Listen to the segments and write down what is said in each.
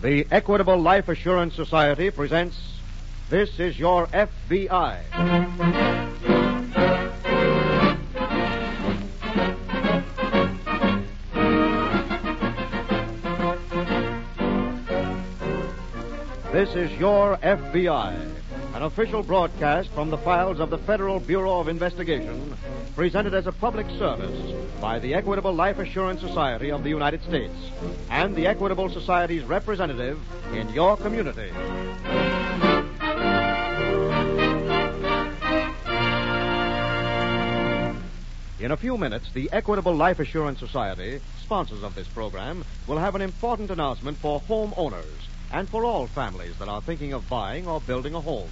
The Equitable Life Assurance Society presents This is Your FBI. This is Your FBI, an official broadcast from the files of the Federal Bureau of Investigation, presented as a public service by the Equitable Life Assurance Society of the United States and the Equitable Society's representative in your community. In a few minutes, the Equitable Life Assurance Society, sponsors of this program, will have an important announcement for homeowners and for all families that are thinking of buying or building a home.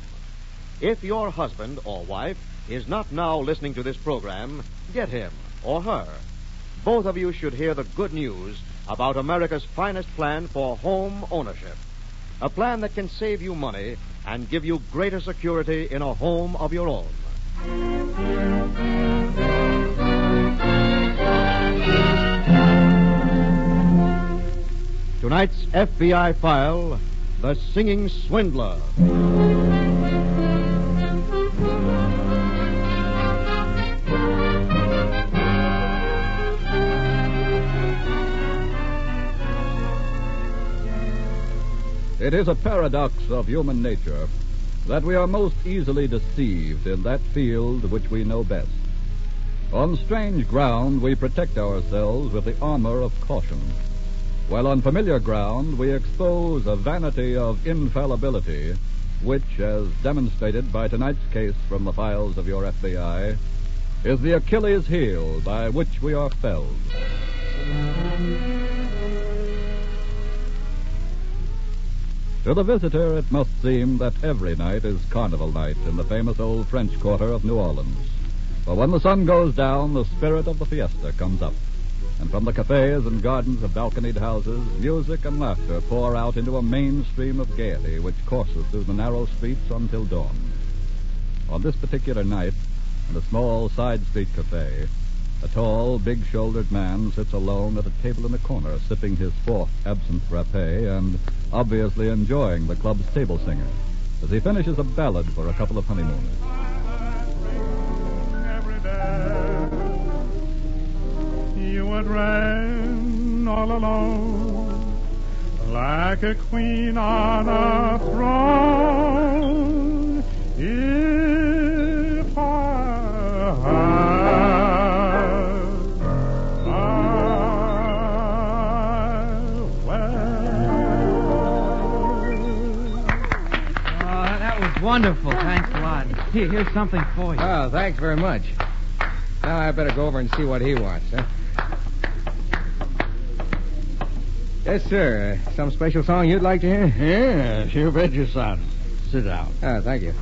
If your husband or wife is not now listening to this program, get him or her. Both of you should hear the good news about America's finest plan for home ownership. A plan that can save you money and give you greater security in a home of your own. Tonight's FBI file The Singing Swindler. It is a paradox of human nature that we are most easily deceived in that field which we know best. On strange ground, we protect ourselves with the armor of caution, while on familiar ground, we expose a vanity of infallibility, which, as demonstrated by tonight's case from the files of your FBI, is the Achilles heel by which we are felled. To the visitor, it must seem that every night is carnival night in the famous old French quarter of New Orleans. For when the sun goes down, the spirit of the fiesta comes up. And from the cafes and gardens of balconied houses, music and laughter pour out into a mainstream of gaiety which courses through the narrow streets until dawn. On this particular night, in a small side street cafe, a tall, big shouldered man sits alone at a table in a corner, sipping his fourth absinthe frappe and obviously enjoying the club's table singer as he finishes a ballad for a couple of honeymooners. every day. You would reign all alone, like a queen Ah, on a throne. If I, I were Oh, that was wonderful. Thanks a lot. Here, here's something for you. Oh, thanks very much. Now I better go over and see what he wants, huh? Yes, sir. Uh, Some special song you'd like to hear? Yes, you bet you, son. Sit down. Oh, thank you.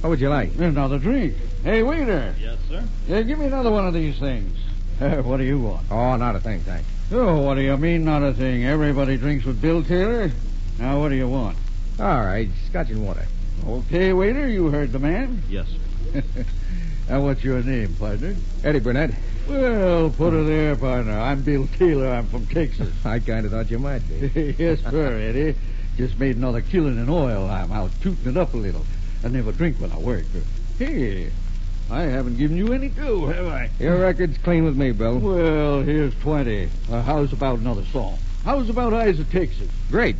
What would you like? Another drink. Hey, waiter. Yes, sir. Yeah, give me another one of these things. what do you want? Oh, not a thing, thanks. Oh, what do you mean, not a thing? Everybody drinks with Bill Taylor. Now, what do you want? All right, scotch and water. Okay, waiter, you heard the man. Yes, sir. now, what's your name, partner? Eddie Burnett. Well, put her there, partner. I'm Bill Taylor. I'm from Texas. I kind of thought you might be. yes, sir, Eddie. Just made another killing in oil. I'm out tooting it up a little. I never drink when I work. Hey, I haven't given you any dough, have I? Your record's clean with me, Bill. Well, here's 20. Uh, how's about another song? How's about Eyes of Texas? Great.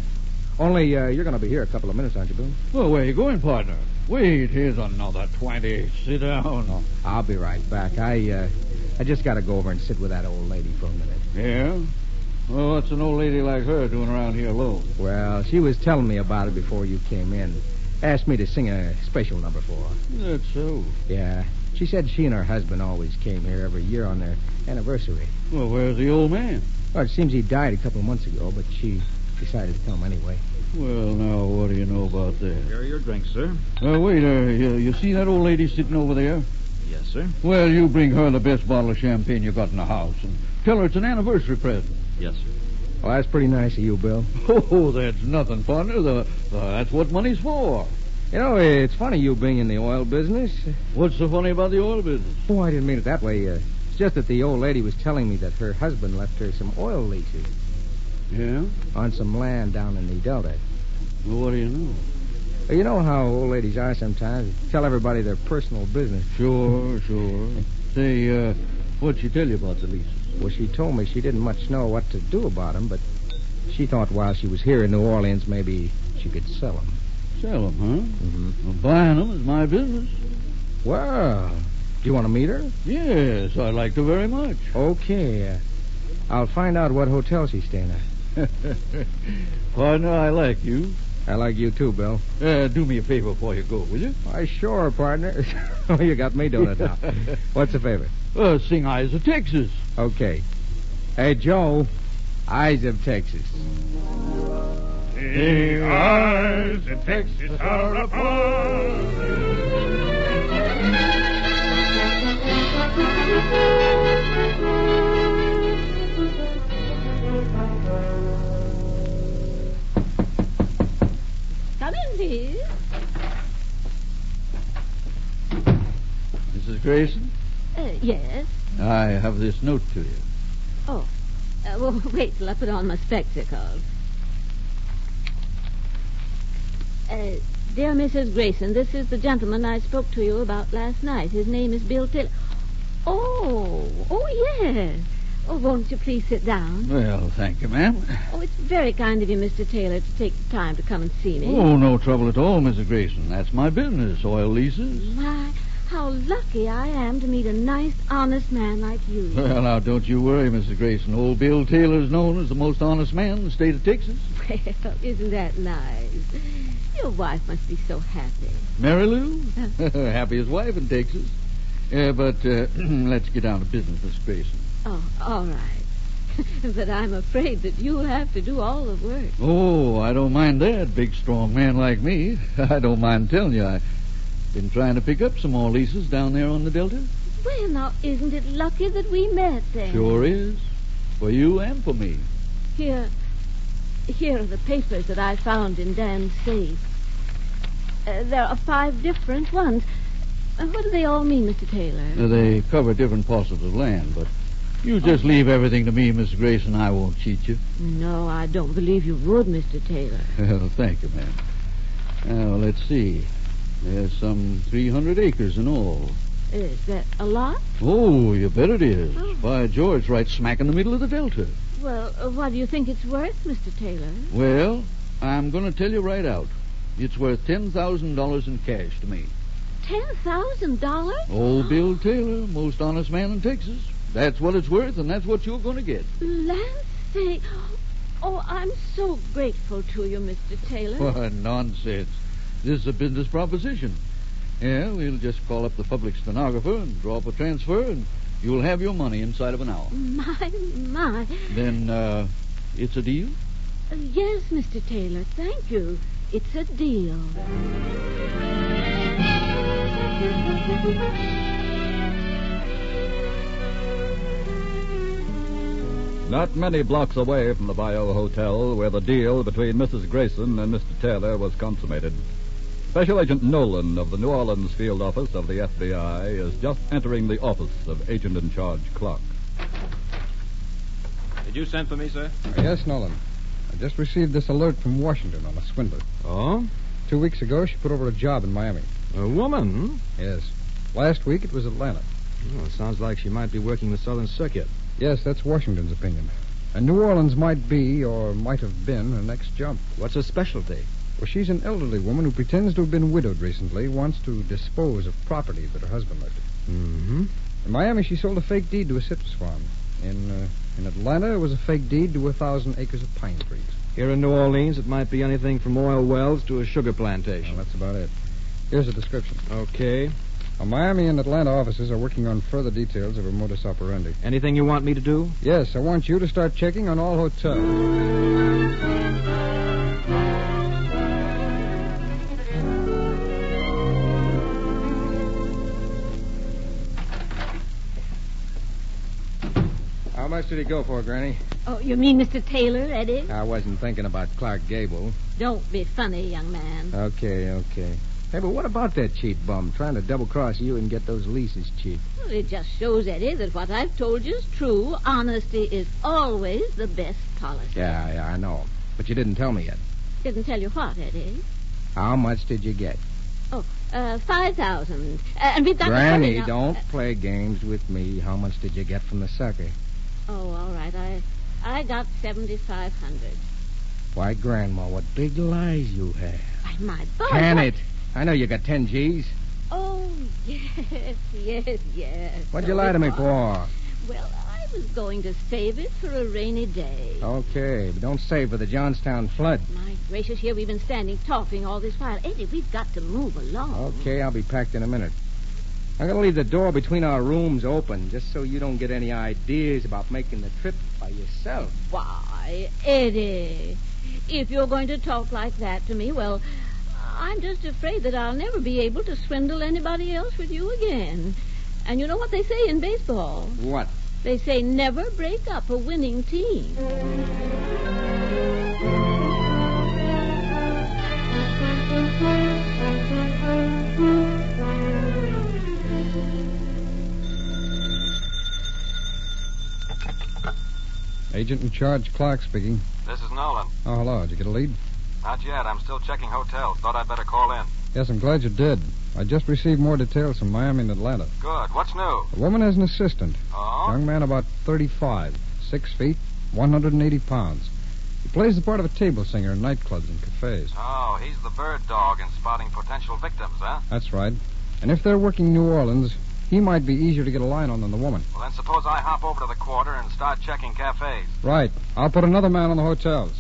Only uh, you're going to be here a couple of minutes, aren't you, Bill? Well, where you going, partner? Wait, here's another 20. Sit down. I'll be right back. I uh, I just got to go over and sit with that old lady for a minute. Yeah? Well, what's an old lady like her doing around here alone? Well, she was telling me about it before you came in. Asked me to sing a special number for her. That's so. Yeah. She said she and her husband always came here every year on their anniversary. Well, where's the old man? Well, it seems he died a couple of months ago, but she decided to come anyway. Well, now, what do you know about that? Here are your drinks, sir. Uh, waiter, you, you see that old lady sitting over there? Yes, sir. Well, you bring her the best bottle of champagne you got in the house and tell her it's an anniversary present. Yes, sir. Well, that's pretty nice of you, Bill. Oh, that's nothing, partner. The, the, that's what money's for. You know, it's funny you being in the oil business. What's so funny about the oil business? Oh, I didn't mean it that way. Uh, it's just that the old lady was telling me that her husband left her some oil leases. Yeah? on some land down in the Delta. Well, what do you know? You know how old ladies are sometimes. They Tell everybody their personal business. Sure, sure. Say, uh, what'd she tell you about the leases? Well, she told me she didn't much know what to do about 'em, but she thought while she was here in New Orleans, maybe she could sell 'em. Sell 'em, huh? Mm-hmm. Well, buying 'em is my business. Well, do you want to meet her? Yes, I like her very much. Oh. Okay. Uh, I'll find out what hotel she's staying at. Partner, I like you. I like you too, Bill. Uh, do me a favor before you go, will you? Why, sure, partner. oh, you got me doing it now. What's the favor? Uh, sing Eyes of Texas. Okay. Hey, Joe. Eyes of Texas. The eyes in Texas are upon. Come in, please. Mrs. Grayson, Uh, yes. I have this note to you. Oh. Uh, well, wait till I put on my spectacles. Uh, dear Mrs. Grayson, this is the gentleman I spoke to you about last night. His name is Bill Till. Oh, oh, yes. Oh, won't you please sit down? Well, thank you, ma'am. Oh, it's very kind of you, Mr. Taylor, to take the time to come and see me. Oh, no trouble at all, Mrs. Grayson. That's my business, oil leases. My, how lucky I am to meet a nice, honest man like you. Well, now, don't you worry, Mrs. Grayson. Old Bill Taylor's known as the most honest man in the state of Texas. Well, isn't that nice? Your wife must be so happy. Mary Lou, happiest wife in Texas. Uh, but uh, let's get down to business, Mrs. Grayson. Oh, all right. but I'm afraid that you'll have to do all the work. Oh, I don't mind that, big strong man like me. I don't mind telling you, I've been trying to pick up some more leases down there on the Delta. Well, now, isn't it lucky that we met then? Sure is. For you and for me. Here, here are the papers that I found in Dan's safe. Uh, there are five different ones. Uh, what do they all mean, Mr. Taylor? Now, They cover different parcels of land, but you just leave everything to me, Mrs. Grayson. I won't cheat you. no, I don't believe you would, Mr. Taylor. Well, thank you, ma'am. Now, let's see. There's some 300 acres in all. Is that a lot? Oh, you bet it is. Oh. By George, right smack in the middle of the Delta. Well, uh, what do you think it's worth, Mr. Taylor? Well, I'm going to tell you right out. It's worth $10,000 in cash to me. Ten thousand dollars? Oh, Old Bill Taylor, most honest man in Texas. That's what it's worth, and that's what you're going to get. Land sake. Oh, I'm so grateful to you, Mr. Taylor. Why, nonsense. This is a business proposition. Yeah, we'll just call up the public stenographer and draw up a transfer, and you'll have your money inside of an hour. My, my. Then, uh, it's a deal? Uh, yes, Mr. Taylor, thank you. It's a deal. Not many blocks away from the Bayou Hotel, where the deal between Mrs. Grayson and Mr. Taylor was consummated, Special Agent Nolan of the New Orleans Field Office of the FBI is just entering the office of Agent in Charge Clark. Did you send for me, sir? Yes, Nolan. I just received this alert from Washington on a swindler. Oh? Two weeks ago, she put over a job in Miami. A woman? Yes. Last week, it was Atlanta. Well, it sounds like she might be working the Southern Circuit. Yes, that's Washington's opinion. And New Orleans might be, or might have been, her next jump. What's her specialty? Well, she's an elderly woman who pretends to have been widowed recently, wants to dispose of property that her husband left her. Mm-hmm. In Miami, she sold a fake deed to a citrus farm. In uh, in Atlanta, it was a fake deed to a thousand acres of pine trees. Here in New Orleans, it might be anything from oil wells to a sugar Well, plantation. that's about it. Here's a description. Okay. Our Miami and Atlanta offices are working on further details of her modus operandi. Anything you want me to do? Yes, I want you to start checking on all hotels. How much did he go for, Granny? Oh, you mean Mr. Taylor, Eddie? I wasn't thinking about Clark Gable. Don't be funny, young man. Okay, okay. Hey, but what about that cheap bum trying to double cross you and get those leases cheap? Well, it just shows, Eddie, that what I've told you is true. Honesty is always the best policy. Yeah, yeah, I know. But you didn't tell me yet. Didn't tell you what, Eddie. How much did you get? Oh, uh, five thousand. Uh, and we've got Granny, to hurry now. don't Uh, play games with me. How much did you get from the sucker? oh, all right. I, I got seventy-five hundred. Why, Grandma, what big lies you have. Why, my boy. Can what- it? I know you got ten G's. Oh yes, yes, yes. What'd you So lie to me it was. for? Well, I was going to save it for a rainy day. Oh. Okay, but don't save for the Johnstown flood. My gracious, here we've been standing talking all this while. Eddie, we've got to move along. Okay, I'll be packed in a minute. I'm going to leave the door between our rooms open just so you don't get any ideas about making the trip by yourself. Why, Eddie, if you're going to talk like that to me, well, I'm just afraid that I'll never be able to swindle anybody else with you again. And you know what they say in baseball? What? They say never break up a winning team. Agent in charge, Clark speaking. This is Nolan. Oh, hello. Did you get a lead? Not yet. I'm still checking hotels. Thought I'd better call in. Yes, I'm glad you did. I just received more details from Miami and Atlanta. Good. What's new? The woman has an assistant. Oh? Young man about 35, 6 feet, 180 pounds. He plays the part of a table singer in nightclubs and cafes. Oh, he's the bird dog in spotting potential victims, huh? That's right. And if they're working New Orleans, he might be easier to get a line on than the woman. Well, then suppose I hop over to the quarter and start checking cafes. Right. I'll put another man on the hotels.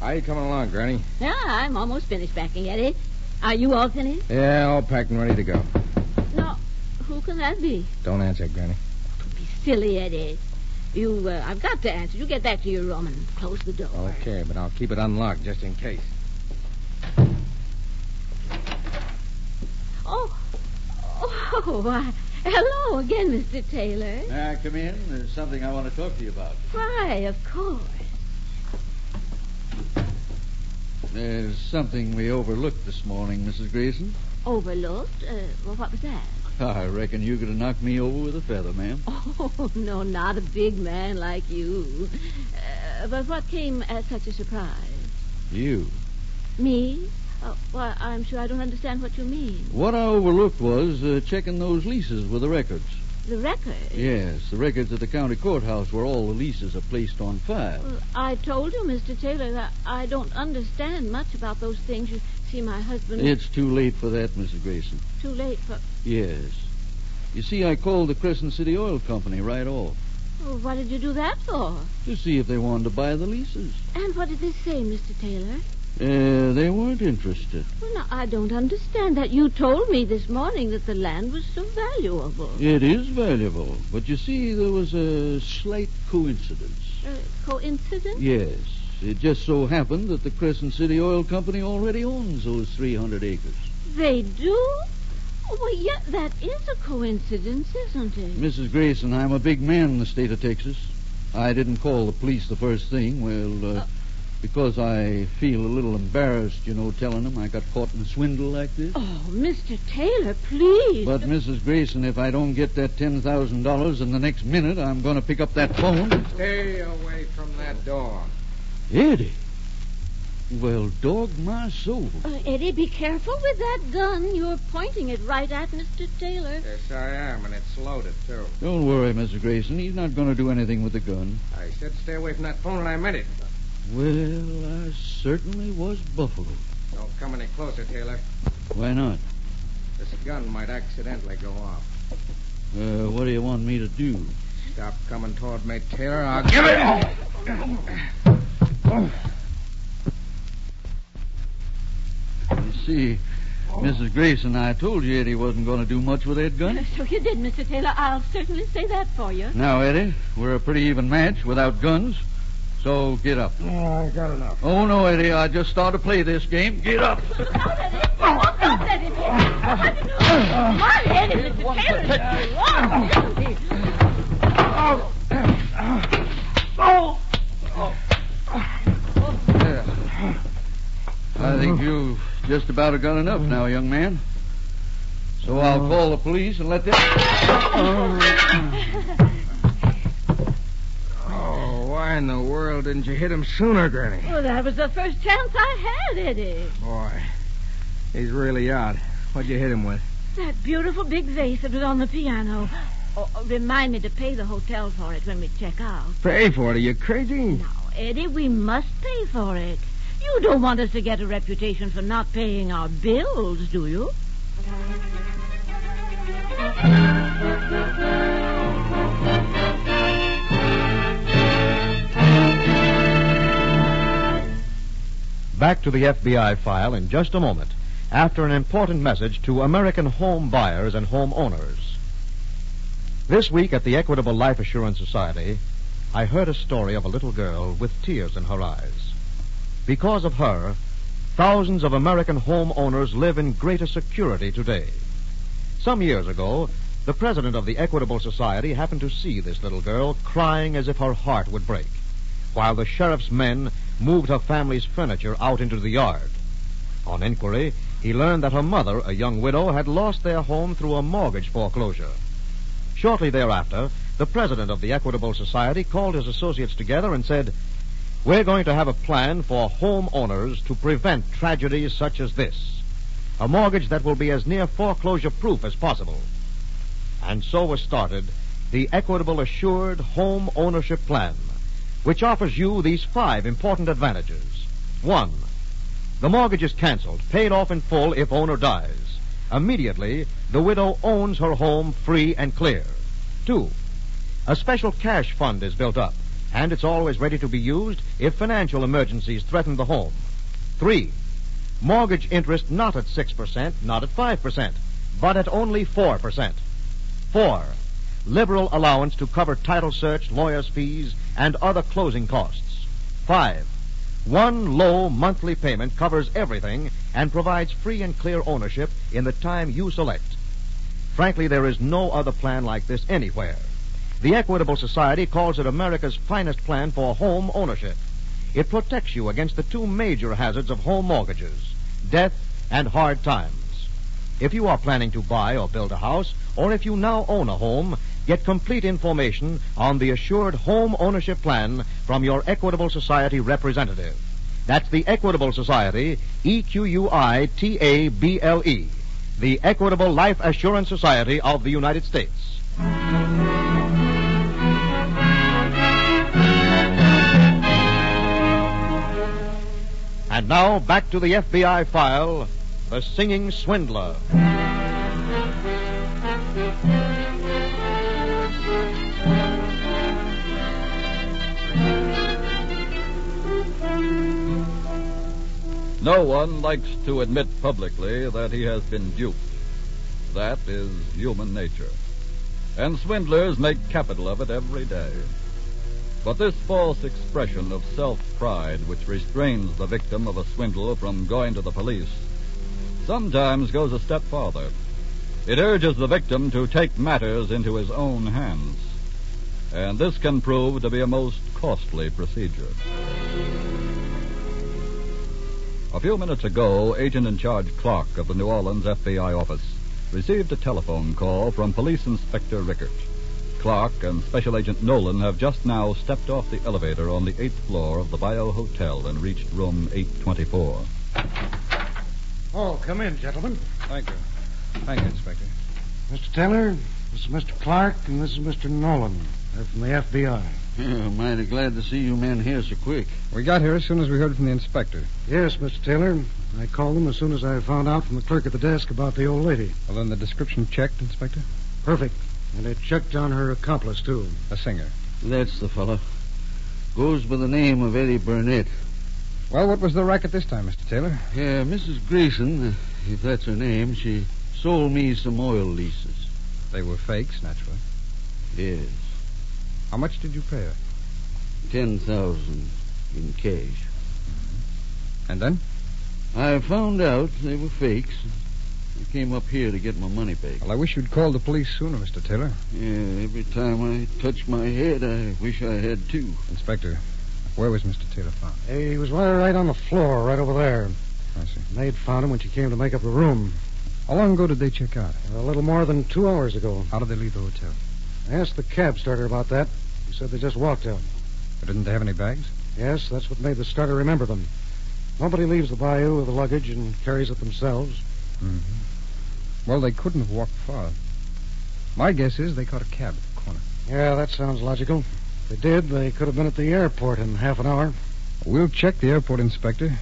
How you coming along, Granny? Yeah, I'm almost finished packing, Eddie. Are you all finished? Yeah, all packed and ready to go. No. Who can that be? Don't answer, Granny. Don't be silly, Eddie. You, uh, I've got to answer. You get back to your room and close the door. Okay, but I'll keep it unlocked just in case. Oh, oh, why, hello again, Mr. Taylor. Now, come in. There's something I want to talk to you about. Why, of course. There's something we overlooked this morning, Mrs. Grayson. Overlooked? Uh, well, what was that? I reckon you could have knocked me over with a feather, ma'am. Oh, no, not a big man like you. Uh, but what came as such a surprise? You. Me? Oh, why, I'm sure I don't understand what you mean. What I overlooked was uh, checking those leases with the records. The record? Yes, the records at the county courthouse where all the leases are placed on file. Well, I told you, Mr. Taylor, that I don't understand much about those things. You see, my husband. It's too late for that, Mrs. Grayson. too late for. Yes. You see, I called the Crescent City Oil Company right off Oh, what did you do that for? to see if they wanted to buy the leases. And what did they say, Mr. Taylor? Uh, they weren't interested. Well, now, I don't understand that. You told me this morning that the land was so valuable. It is valuable, but you see, there was a slight coincidence. Uh, coincidence? Yes. It just so happened that the Crescent City Oil Company already owns those 300 acres. They do? Oh, well, yeah, that is a coincidence, isn't it? Mrs. Grayson, I'm a big man in the state of Texas. I didn't call the police the first thing. Well, uh, Uh. because I feel a little embarrassed, you know, telling them I got caught in a swindle like this. Oh, Mr. Taylor, please. But, Mrs. Grayson, if I don't get that $10,000 in the next minute, I'm going to pick up that phone. Stay away from that door. Eddie. Well, dog my soul. Uh, Eddie, be careful with that gun. You're pointing it right at Mr. Taylor. Yes, I am, and it's loaded, too. Don't worry, Mrs. Grayson. He's not going to do anything with the gun. I said stay away from that phone, and I meant it. Well, I certainly was Buffalo. Don't come any closer, Taylor. Why not? This gun might accidentally go off. Uh, what do you want me to do? Stop coming toward me, Taylor. I'll give it. You see, Mrs. Grayson, I told you Eddie wasn't going to do much with that gun. So you did, Mr. Taylor. I'll certainly say that for you. Now, Eddie, we're a pretty even match without guns. So get up. I got enough. Oh, no, Eddie, I just started to play this game. Get up. Out at it. Out at it. What do you do? Why, Eddie, Mr. Taylor? it's wrong. Don't be- I think you Just about have got enough now, young man. So I'll Uh, call the police and let them. Oh, why in the world didn't you hit him sooner, Granny? Well, that was the first chance I had, Eddie. Boy, he's really out. What'd you hit him with? That beautiful big vase that was on the piano. Oh, oh, remind me to pay the hotel for it when we check out. Pay for it. Are you crazy? Now, Eddie, we must pay for it. You don't want us to get a reputation for not paying our bills, do you? Back to the FBI file in just a moment after an important message to American home buyers and homeowners. This week at the Equitable Life Assurance Society, I heard a story of a little girl with tears in her eyes. Because of her, thousands of American homeowners live in greater security today. Some years ago, the president of the Equitable Society happened to see this little girl crying as if her heart would break, while the sheriff's men moved her family's furniture out into the yard. On inquiry, he learned that her mother, a young widow, had lost their home through a mortgage foreclosure. Shortly thereafter, the president of the Equitable Society called his associates together and said, We're going to have a plan for homeowners to prevent tragedies such as this. A mortgage that will be as near foreclosure proof as possible. And so was started the Equitable Assured Home Ownership Plan, which offers you these five important advantages. One, the mortgage is canceled, paid off in full if owner dies. Immediately, the widow owns her home free and clear. Two, a special cash fund is built up, and it's always ready to be used if financial emergencies threaten the home. Three, mortgage interest not at 6%, not at 5%, but at only 4%. Four, liberal allowance to cover title search, lawyer's fees, and other closing costs. Five, one low monthly payment covers everything and provides free and clear ownership in the time you select. Frankly, there is no other plan like this anywhere. The Equitable Society calls it America's finest plan for home ownership. It protects you against the two major hazards of home mortgages death and hard times. If you are planning to buy or build a house, or if you now own a home, get complete information on the Assured Home Ownership Plan from your Equitable Society representative. That's the Equitable Society, E Q U I T A B L E, the Equitable Life Assurance Society of the United States. And now back to the FBI file The Singing Swindler. No one likes to admit publicly that he has been duped. That is human nature. And swindlers make capital of it every day. But this false expression of self pride, which restrains the victim of a swindle from going to the police, sometimes goes a step farther. It urges the victim to take matters into his own hands. And this can prove to be a most costly procedure. A few minutes ago, agent in charge Clark of the New Orleans FBI office received a telephone call from police inspector Rickert. Clark and special agent Nolan have just now stepped off the elevator on the eighth floor of the Bio Hotel and reached room 824. Oh, come in, gentlemen. Thank you. Thank you, Inspector. Mr. Taylor, this is Mr. Clark, and this is Mr. Nolan. They're from the FBI. I'm mighty glad to see you men here so quick. We got here as soon as we heard from the inspector. Yes, Mr. Taylor. I called them as soon as I found out from the clerk at the desk about the old lady. Well, then the description checked, Inspector? Perfect. And they checked on her accomplice, too. A singer. That's the fellow. Goes by the name of Eddie Burnett. Well, what was the racket this time, Mr. Taylor? Yeah, Mrs. Grayson, if that's her name, she sold me some oil leases. They were fakes, naturally. Yes, How much did you pay her? ten thousand in cash. And then? I found out they were fakes. I came up here to get my money back. Well, I wish you'd called the police sooner, Mr. Taylor. Yeah, every time I touch my head, I wish I had two. Inspector, where was Mr. Taylor found? He was lying right on the floor, right over there. I see. Maid found him when she came to make up the room. How long ago did they check out? A little more than two hours ago. How did they leave the hotel? I asked the cab starter about that. He said they just walked out. Didn't they have any bags? Yes, that's what made the starter remember them. Nobody leaves the bayou with the luggage and carries it themselves. Mm-hmm. Mm-hmm. Well, they couldn't have walked far. My guess is they caught a cab at the corner. Yeah, that sounds logical. If they did, they could have been at the airport in half an hour. We'll check the airport inspector.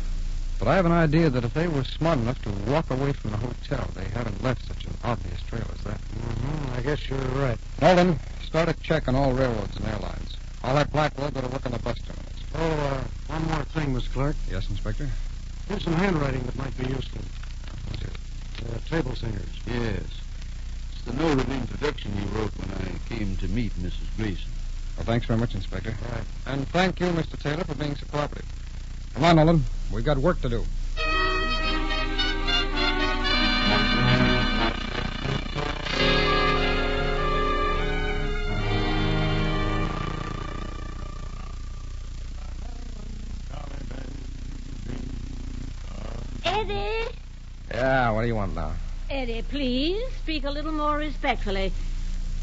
But I have an idea that if they were smart enough to walk away from the hotel, they haven't left such an obvious trail as that. Mm-hmm. I guess you're right. Nolan, start a check on all railroads and airlines. I'll have Blackwell go to work on the bus terminals. Oh, uh, one more thing, Miss Clark. Yes, Inspector? Here's some handwriting that might be useful. Uh, table singers. Yes. It's the note of introduction you wrote when I came to meet Mrs. Grayson. Well, thanks very much, Inspector. Right. And thank you, Mr. Taylor, for being so cooperative. Come on, Nolan. We've got work to do. Eddie! Yeah, what do you want now? Eddie, please speak a little more respectfully.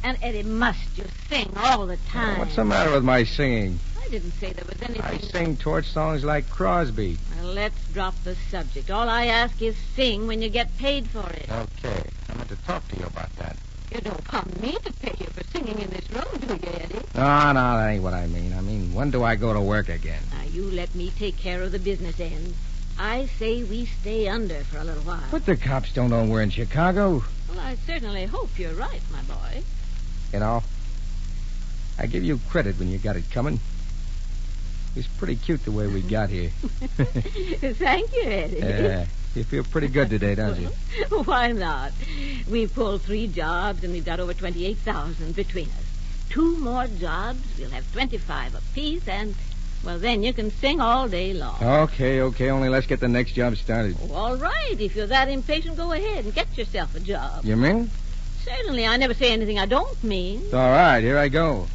And Eddie, must you sing all the time? What's the matter with my singing? I didn't say there was anything. I sing torch songs like Crosby. Well, let's drop the subject. All I ask is sing when you get paid for it. Okay. I meant to talk to you about that. You don't want me to pay you for singing in this room, do you, Eddie? No, no, that ain't what I mean. I mean, when do I go to work again? Now, you let me take care of the business end. I say we stay under for a little while. But the cops don't know we're in Chicago. Well, I certainly hope you're right, my boy. You know, I give you credit when you got it coming. It's pretty cute the way we got here. Thank you, Eddie. Yeah. You feel pretty good today, don't you? Why not? We've pulled three jobs and we've got over 28,000 between us. Two more jobs, we'll have 25 apiece, and, well, then you can sing all day long. Okay, okay. Only let's get the next job started. Oh, all right. If you're that impatient, go ahead and get yourself a job. You mean? Certainly. I never say anything I don't mean. All right, here I go.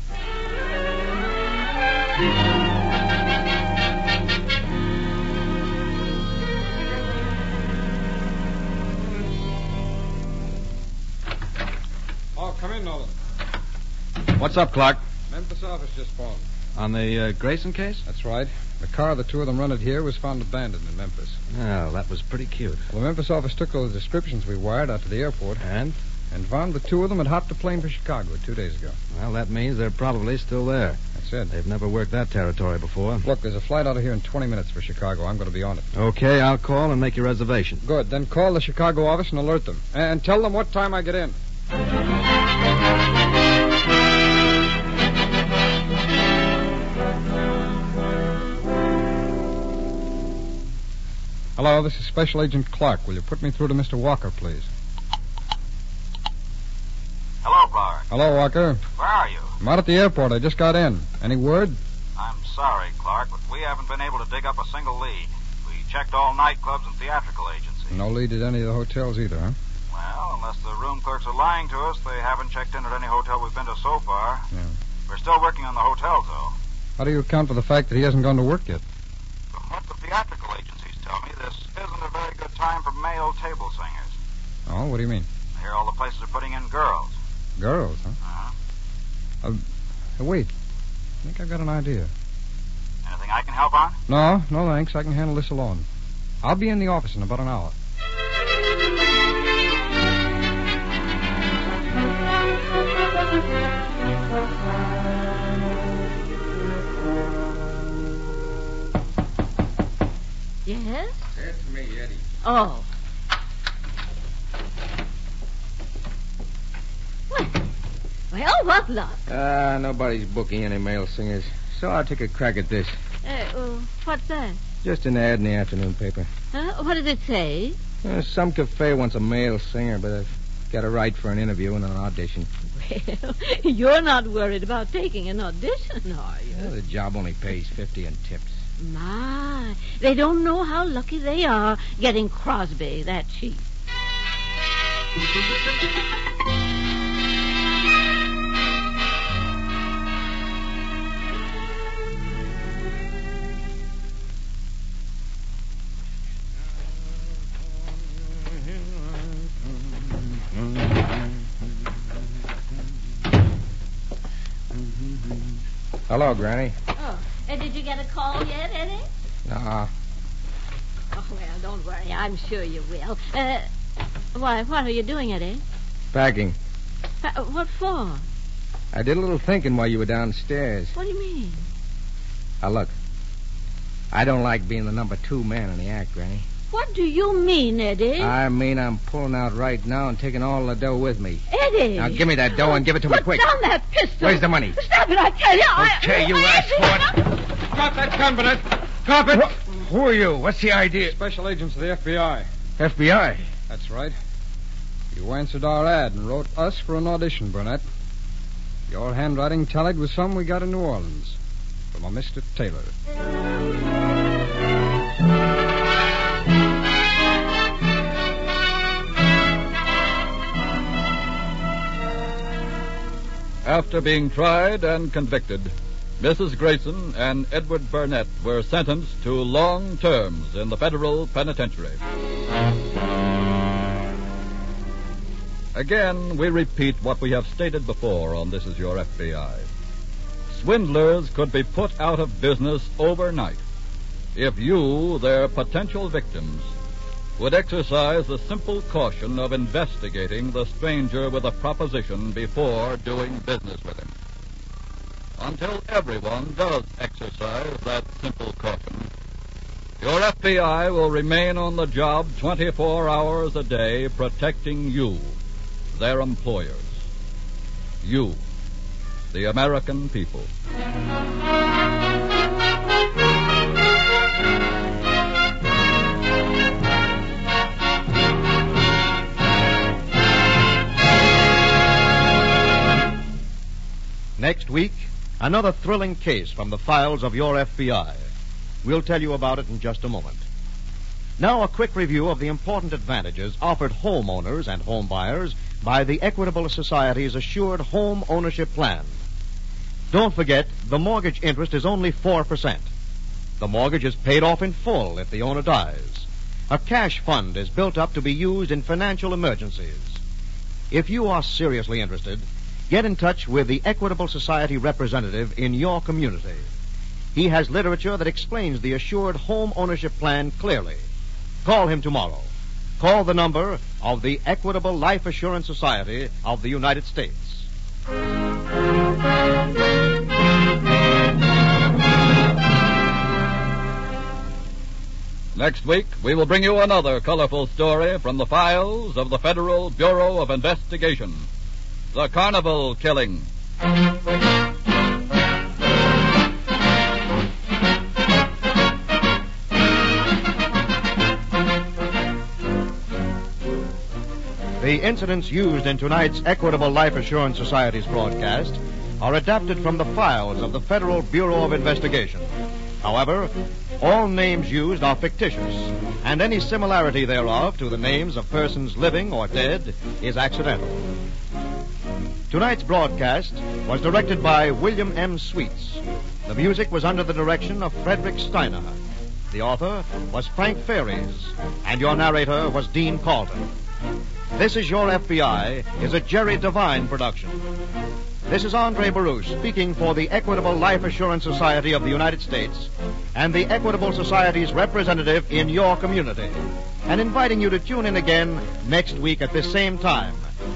Oh, come in, Nolan. What's up, Clark? Memphis office just phoned. On the uh, Grayson case? That's right. The car the two of them rented here was found abandoned in Memphis. Oh, that was pretty cute. Well, the Memphis office took those descriptions we wired out to the airport And? and found the two of them had hopped a plane for Chicago two days ago. Well, that means they're probably still there. That's it. They've never worked that territory before. Look, there's a flight out of here in 20 minutes for Chicago. I'm going to be on it. Okay, I'll call and make your reservation. Good. Then call the Chicago office and alert them. And tell them what time I get in. Hello, this is Special Agent Clark. Will you put me through to Mr. Walker, please? Hello, Clark. Hello, Walker. Where are you? I'm out at the airport. I just got in. Any word? I'm sorry, Clark, but we haven't been able to dig up a single lead. We checked all nightclubs and theatrical agencies. No lead at any of the hotels either, huh? Well, unless the room clerks are lying to us, they haven't checked in at any hotel we've been to so far. Yeah. We're still working on the hotels, though. How do you account for the fact that he hasn't gone to work yet? From what the theatrical agencies tell me, this isn't a very good time for male table singers. Oh, what do you mean? I hear all the places are putting in girls. Girls, huh? Uh-huh. Hey, wait. I think I've got an idea. Anything I can help on? No, no thanks. I can handle this alone. I'll be in the office in about an hour. Yes? That's me, Eddie. Oh. Well, well what luck. Ah, nobody's booking any male singers. So I'll take a crack at this. Uh, oh, what's that? Just an ad in the afternoon paper. Huh? What does it say? Uh, some cafe wants a male singer, but I've got a right for an interview and an audition. Well, you're not worried about taking an audition, are you? Uh, the job only pays 50 and tips. My, they don't know how lucky they are getting Crosby that cheap. Hello, Granny. Oh, uh, did you get a call yet, Eddie? Nah. Oh, well, don't worry. I'm sure you will. Uh, why, what are you doing, Eddie? Packing. Uh, what for? I did a little thinking while you were downstairs. What do you mean? Now, look. I don't like being the number two man in the act, Granny. What do you mean, Eddie? I mean, I'm pulling out right now and taking all the dough with me. Eddie! Now, give me that dough and give it to me Put quick. down that pistol. Where's the money? Stop it, I tell you. I- Okay, you I- ass Eddie, whore. no. Drop that gun, Burnett. Drop it. Who are you? What's the idea? Special agents of the FBI. FBI. That's right. You answered our ad and wrote us for an audition, Burnett. Your handwriting tallied with some we got in New Orleans from a Mr. Taylor. After being tried and convicted, Mrs. Grayson and Edward Burnett were sentenced to long terms in the federal penitentiary. Again, we repeat what we have stated before on This Is Your FBI. Swindlers could be put out of business overnight if you, their potential victims, would exercise the simple caution of investigating the stranger with a proposition before doing business with him. Until everyone does exercise that simple caution, your FBI will remain on the job 24 hours a day protecting you, their employers. You, the American people. Next week, another thrilling case from the files of your FBI. We'll tell you about it in just a moment. Now, a quick review of the important advantages offered homeowners and home buyers by the Equitable Society's Assured Home Ownership Plan. Don't forget, the mortgage interest is only 4%. The mortgage is paid off in full if the owner dies. A cash fund is built up to be used in financial emergencies. If you are seriously interested, get in touch with the Equitable Society representative in your community. He has literature that explains the assured home ownership plan clearly. Call him tomorrow. Call the number of the Equitable Life Assurance Society of the United States. Next week, we will bring you another colorful story from the files of the Federal Bureau of Investigation The Carnival Killing. The incidents used in tonight's Equitable Life Assurance Society's broadcast are adapted from the files of the Federal Bureau of Investigation. However, all names used are fictitious, and any similarity thereof to the names of persons living or dead is accidental. Tonight's broadcast was directed by William M. Sweets. The music was under the direction of Frederick Steiner. The author was Frank Ferries, and your narrator was Dean Calder. This is Your FBI is a Jerry Devine production. This is Andre Baruch speaking for the Equitable Life Assurance Society of the United States and the Equitable Society's representative in your community, and inviting you to tune in again next week at this same time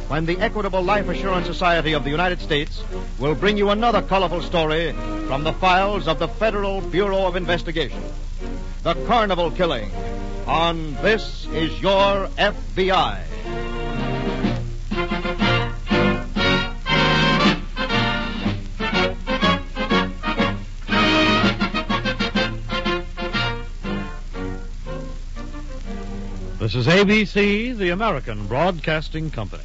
when the Equitable Life Assurance Society of the United States will bring you another colorful story from the files of the Federal Bureau of Investigation The Carnival Killing on This Is Your FBI. This is ABC, the American Broadcasting Company.